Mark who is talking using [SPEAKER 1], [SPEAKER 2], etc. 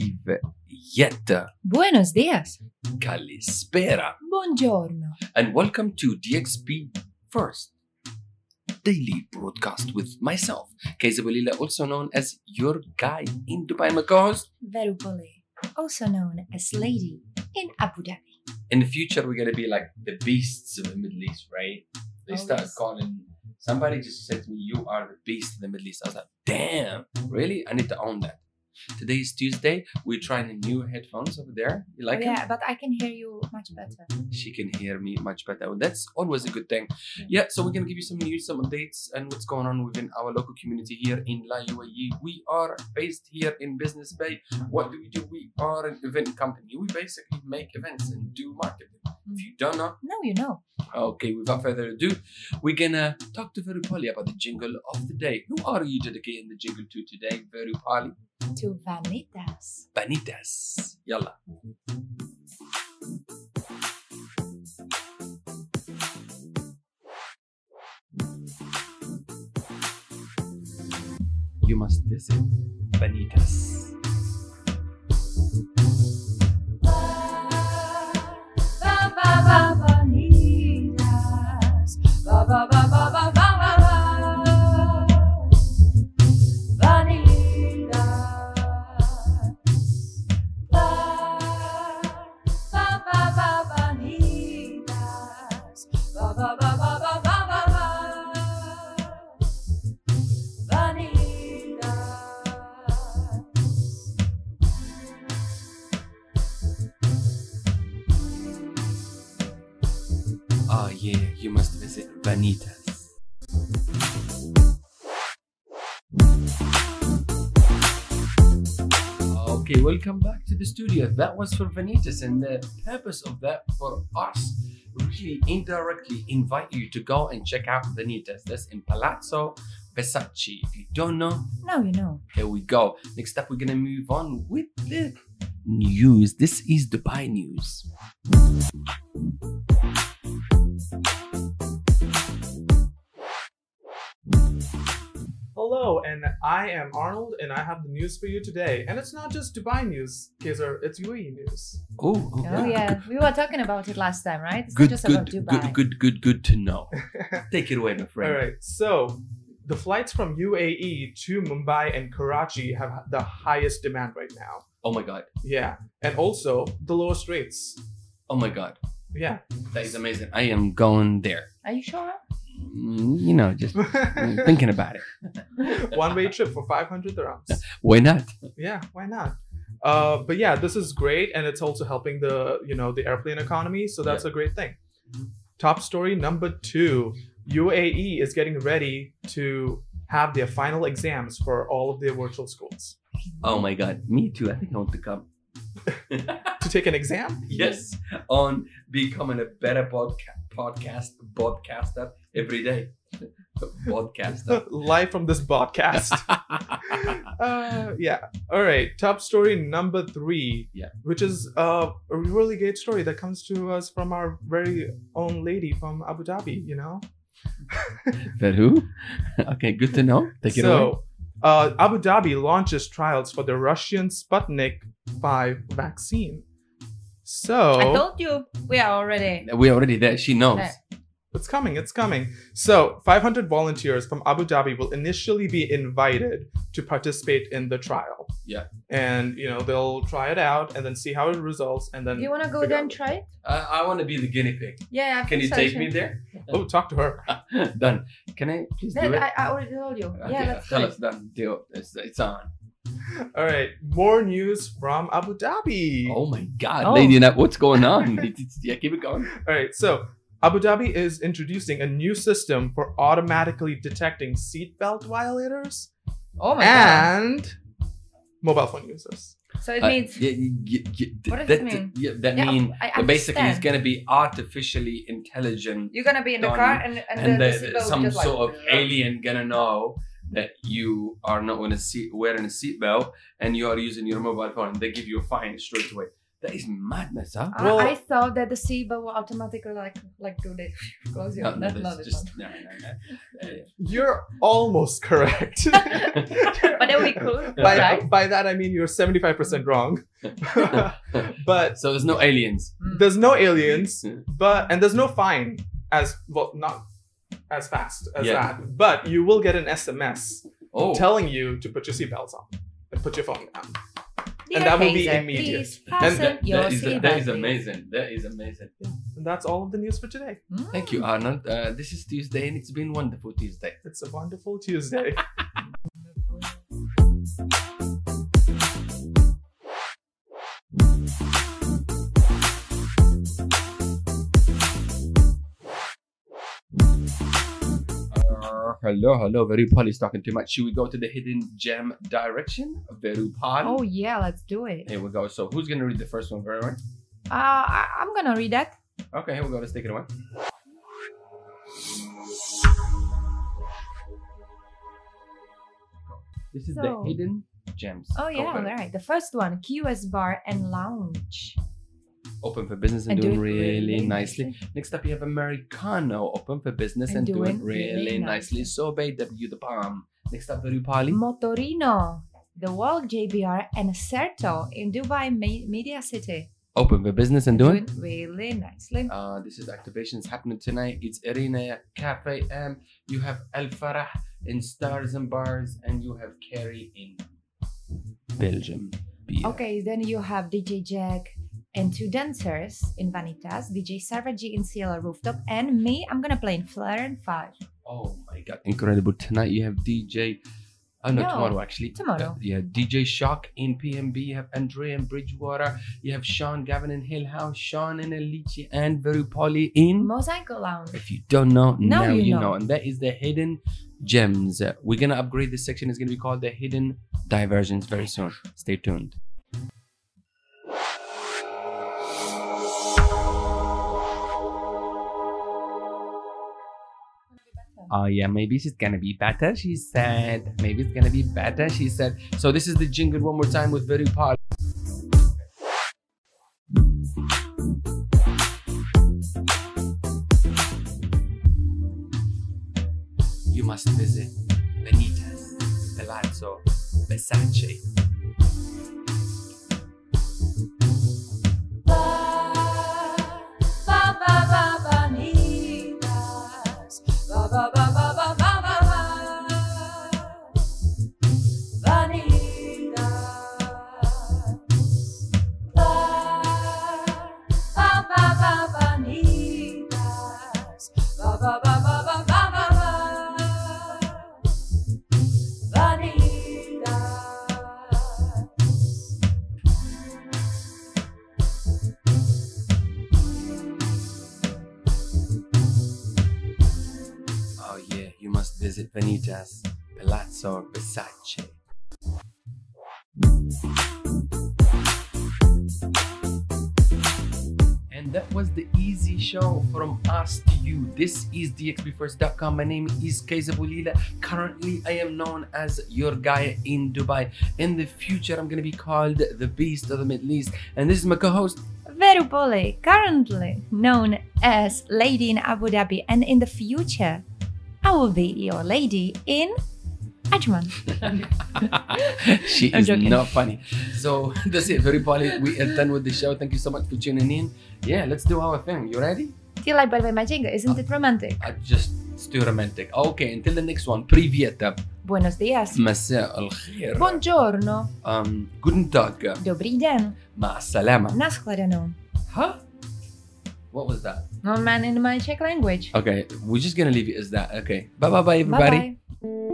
[SPEAKER 1] Rivet.
[SPEAKER 2] Buenos dias.
[SPEAKER 1] Kalispera.
[SPEAKER 2] Buongiorno.
[SPEAKER 1] And welcome to DXP First. Daily broadcast with myself, Kaiser Walila, also known as your guy in Dubai. I'm a co-host.
[SPEAKER 2] Verupoli, also known as Lady in Abu Dhabi.
[SPEAKER 1] In the future, we're gonna be like the beasts of the Middle East, right? They
[SPEAKER 2] Oh,
[SPEAKER 1] start
[SPEAKER 2] yes.
[SPEAKER 1] calling. Somebody just said to me, "You are the beast of the Middle East." I was like, "Damn, really? I need to own that." Today is Tuesday. We're trying the new headphones over there. You like
[SPEAKER 2] Oh,
[SPEAKER 1] it?
[SPEAKER 2] yeah, but I can hear you much better.
[SPEAKER 1] she can hear me much better. Well, that's always a good thing. Yeah, so we're gonna give you some news, some updates, and what's going on within our local community here in La UAE. We are based here in Business Bay. What do we do? We are an event company. We basically make events and do marketing. If you don't know,
[SPEAKER 2] Now you know.
[SPEAKER 1] okay, without further ado, we're gonna talk to Verupali about the jingle of the day. Who are you dedicating the jingle to today, Verupali?
[SPEAKER 2] To Vanitas.
[SPEAKER 1] Banitas. Yalla. You must visit Banitas. Ah, yeah, you must visit Banitas. Okay, welcome back to the studio. That was for Vanitas, and the purpose of that for us really indirectly invite you to go and check out Vanitas. That's in Palazzo Versace. If you don't know,
[SPEAKER 2] Now you know.
[SPEAKER 1] here we go. Next up, we're gonna move on with the news. This is Dubai news.
[SPEAKER 3] Hello, and I am Arnold, and I have the news for you today. And it's not just Dubai news, Kaiser, it's UAE news.
[SPEAKER 1] Oh,
[SPEAKER 2] Oh yeah, we were talking about it last time, right? It's not
[SPEAKER 1] Good,
[SPEAKER 2] just
[SPEAKER 1] good,
[SPEAKER 2] about
[SPEAKER 1] good,
[SPEAKER 2] Dubai.
[SPEAKER 1] good, good, good to know. Take it away, my friend.
[SPEAKER 3] All right, so the flights from UAE to Mumbai and Karachi have the highest demand right now.
[SPEAKER 1] Oh my god.
[SPEAKER 3] Yeah, and also the lowest rates.
[SPEAKER 1] Oh my god.
[SPEAKER 3] Yeah.
[SPEAKER 1] That is amazing. I am going there.
[SPEAKER 2] Are you sure?
[SPEAKER 1] Mm, You know, just mm, thinking about it.
[SPEAKER 3] One way trip for 500 dirhams.
[SPEAKER 1] Why not?
[SPEAKER 3] yeah why not uh, but yeah this is great and it's also helping the you know the airplane economy so that's a great thing top story number two uae is getting ready to have their final exams for all of their virtual schools
[SPEAKER 1] Oh my god. Me too. I think I want to come.
[SPEAKER 3] to take an exam
[SPEAKER 1] Yes. On becoming a better podca- podcast podcaster every day. podcaster.
[SPEAKER 3] live from this podcast uh, yeah all right top story number three
[SPEAKER 1] Yeah.
[SPEAKER 3] which is uh, a really great story that comes to us from our very own lady from abu dhabi you know
[SPEAKER 1] that who? Okay, good to know. Take it away.
[SPEAKER 3] so, uh, Abu Dhabi launches trials for the Russian Sputnik 5 vaccine.
[SPEAKER 1] Oh.
[SPEAKER 2] I
[SPEAKER 3] So,
[SPEAKER 2] told you we are already. Uh,
[SPEAKER 1] We're already there. She knows.
[SPEAKER 2] There.
[SPEAKER 3] it's coming, it's coming. So, 500 volunteers from Abu Dhabi will initially be invited to participate in the trial.
[SPEAKER 1] Yeah.
[SPEAKER 3] And, you know, they'll try it out and then see how it results. And then,
[SPEAKER 2] You wanna go
[SPEAKER 3] figure
[SPEAKER 2] there and
[SPEAKER 3] out-
[SPEAKER 2] try it?
[SPEAKER 1] Uh, I want to be the guinea pig.
[SPEAKER 2] Yeah. I
[SPEAKER 1] Can
[SPEAKER 2] think
[SPEAKER 1] you
[SPEAKER 2] so,
[SPEAKER 1] take
[SPEAKER 2] sure.
[SPEAKER 1] me there?
[SPEAKER 3] Oh, talk to her.
[SPEAKER 1] Done. Can I please do
[SPEAKER 2] That,
[SPEAKER 1] it?
[SPEAKER 2] I, I already told you. yeah,
[SPEAKER 1] Okay,
[SPEAKER 2] let's do
[SPEAKER 1] tell
[SPEAKER 2] it.
[SPEAKER 1] us done. Deal. It's, it's on.
[SPEAKER 3] All right. More news from Abu Dhabi.
[SPEAKER 1] Oh my God,
[SPEAKER 2] Oh.
[SPEAKER 1] lady, now what's going on? It's- it's- yeah, keep it going.
[SPEAKER 3] All right, so Abu Dhabi is introducing a new system for automatically detecting seatbelt violators
[SPEAKER 2] Oh my god.
[SPEAKER 3] and mobile phone users.
[SPEAKER 2] So it
[SPEAKER 1] Ah. Uh,
[SPEAKER 2] means
[SPEAKER 1] yeah, yeah, yeah,
[SPEAKER 2] What does
[SPEAKER 1] that,
[SPEAKER 2] it mean?
[SPEAKER 1] Yeah, that
[SPEAKER 2] Yeah,
[SPEAKER 1] mean
[SPEAKER 2] I
[SPEAKER 1] that basically it's
[SPEAKER 2] understand.
[SPEAKER 1] going to be artificially intelligent,
[SPEAKER 2] you're gonna be in the
[SPEAKER 1] done,
[SPEAKER 2] car and and,
[SPEAKER 1] and
[SPEAKER 2] the,
[SPEAKER 1] the,
[SPEAKER 2] the seatbelt
[SPEAKER 1] some
[SPEAKER 2] just like,
[SPEAKER 1] sort of alien going to know that you are not on a seat, wearing a seatbelt and you are using your mobile phone. They give you a fine straight away. That is madness, huh?
[SPEAKER 2] I-
[SPEAKER 3] Well-
[SPEAKER 2] I thought that the SIBA will automatically like like do that close your
[SPEAKER 1] No, no,
[SPEAKER 2] not,
[SPEAKER 1] that's
[SPEAKER 2] not this
[SPEAKER 1] just no,
[SPEAKER 2] one.
[SPEAKER 1] no, no. Uh,
[SPEAKER 3] You're almost correct.
[SPEAKER 2] But then we could,
[SPEAKER 3] by,
[SPEAKER 2] right?
[SPEAKER 3] by that I mean you're 75% wrong. but
[SPEAKER 1] So there's no aliens.
[SPEAKER 3] there's no aliens, but and there's no fine as well not as fast as
[SPEAKER 1] Yeah.
[SPEAKER 3] that. But you will get an SMS
[SPEAKER 1] Oh,
[SPEAKER 3] telling you to put your seatbelts on and put your phone down. And that will be
[SPEAKER 2] Dear Kaiser,
[SPEAKER 3] immediate.
[SPEAKER 2] Please
[SPEAKER 1] that,
[SPEAKER 2] fasten
[SPEAKER 1] that-
[SPEAKER 2] your
[SPEAKER 1] that is,
[SPEAKER 2] seatbelt,
[SPEAKER 1] that is
[SPEAKER 2] please.
[SPEAKER 1] amazing. That is amazing.
[SPEAKER 3] And that's all of the news for today.
[SPEAKER 2] Mm.
[SPEAKER 1] Thank you, Arnold. Uh, this is Tuesday, and it's been wonderful Tuesday.
[SPEAKER 3] It's a wonderful Tuesday.
[SPEAKER 1] Uh, hello, hello, Verupal is talking too much. Should we go to the hidden gem direction? Verupal.
[SPEAKER 2] Oh yeah, let's do it.
[SPEAKER 1] Here we go. So who's gonna read the first one, Verupal?
[SPEAKER 2] Uh, I, I'm gonna read that.
[SPEAKER 1] Okay, here we go. Let's take it away. This is the
[SPEAKER 2] So-
[SPEAKER 1] hidden gems.
[SPEAKER 2] Oh
[SPEAKER 1] Go,
[SPEAKER 2] yeah, all
[SPEAKER 1] Vera.
[SPEAKER 2] right. The first one, QS Bar and Lounge.
[SPEAKER 1] Open for business and,
[SPEAKER 2] And
[SPEAKER 1] doing,
[SPEAKER 2] doing
[SPEAKER 1] really,
[SPEAKER 2] really
[SPEAKER 1] nicely. Next up, you have Americano. Open for business and, doing, really, nicely. Sorbet W the palm. Next up, Verupali.
[SPEAKER 2] Motorino, The Wall JBR and Certo in Dubai Me- Media City.
[SPEAKER 1] Open for business and doing.
[SPEAKER 2] really nicely.
[SPEAKER 1] Uh, this is activations happening tonight. It's Arena Cafe M. You have Al Farah in Stars and Bars, and you have Kerry in Belgium. Beer.
[SPEAKER 2] Okay, then you have DJ Jack and two dancers in Vanitas, DJ Savage in Cielo Rooftop, and me. I'm gonna play in Flare and Five.
[SPEAKER 1] Oh my god, incredible! Tonight you have DJ. Oh no,
[SPEAKER 2] No,
[SPEAKER 1] tomorrow actually.
[SPEAKER 2] tomorrow.
[SPEAKER 1] Uh, yeah, DJ Shock in PMB. You have Andrea in Bridgewater. You have Sean Gavin in Hill House. Sean in Alicia and Verupoli in.
[SPEAKER 2] Mosaico Lounge.
[SPEAKER 1] If you don't know, now,
[SPEAKER 2] Now
[SPEAKER 1] you,
[SPEAKER 2] you
[SPEAKER 1] know.
[SPEAKER 2] know.
[SPEAKER 1] And that is the hidden gems. Uh, We're going to upgrade this section. It's going to be called the hidden diversions very soon. Stay tuned. Oh, yeah, maybe she's gonna be better, she said. Maybe it's gonna be better, she said. So, this is the jingle one more time with Very Pod. You must visit Benitez, Palazzo, Versace. Oh yeah, you must visit Vanitas, Palazzo Versace. And that was the easy show from us to you. This is DXBFirst.com. My name is Kaiser Boulila. Currently, I am known as your guy in Dubai. In the future, I'm going to be called the Beast of the Middle East. And this is my co host,
[SPEAKER 2] Verupoli, currently known as Lady in Abu Dhabi, and in the future, I will be your lady in Ajman.
[SPEAKER 1] she
[SPEAKER 2] I'm
[SPEAKER 1] is
[SPEAKER 2] joking.
[SPEAKER 1] not funny. So that's it, very poly. We are done with the show. Thank you so much for tuning in. Yeah, let's do our thing. You ready?
[SPEAKER 2] Till I buy my jingle, isn't it romantic?
[SPEAKER 1] I just it's too romantic. Okay, until the next one. uh, Privyeta.
[SPEAKER 2] Buenos dias.
[SPEAKER 1] Mm. مساء الخير.
[SPEAKER 2] Buongiorno.
[SPEAKER 1] Um, guten Tag.
[SPEAKER 2] Dobrý den.
[SPEAKER 1] مع السلامة.
[SPEAKER 2] Nashledanou.
[SPEAKER 1] Huh? What was that?
[SPEAKER 2] No man in my Czech language.
[SPEAKER 1] Okay, we're just gonna leave it as that. Okay. Bye bye bye everybody.
[SPEAKER 2] Bye-bye.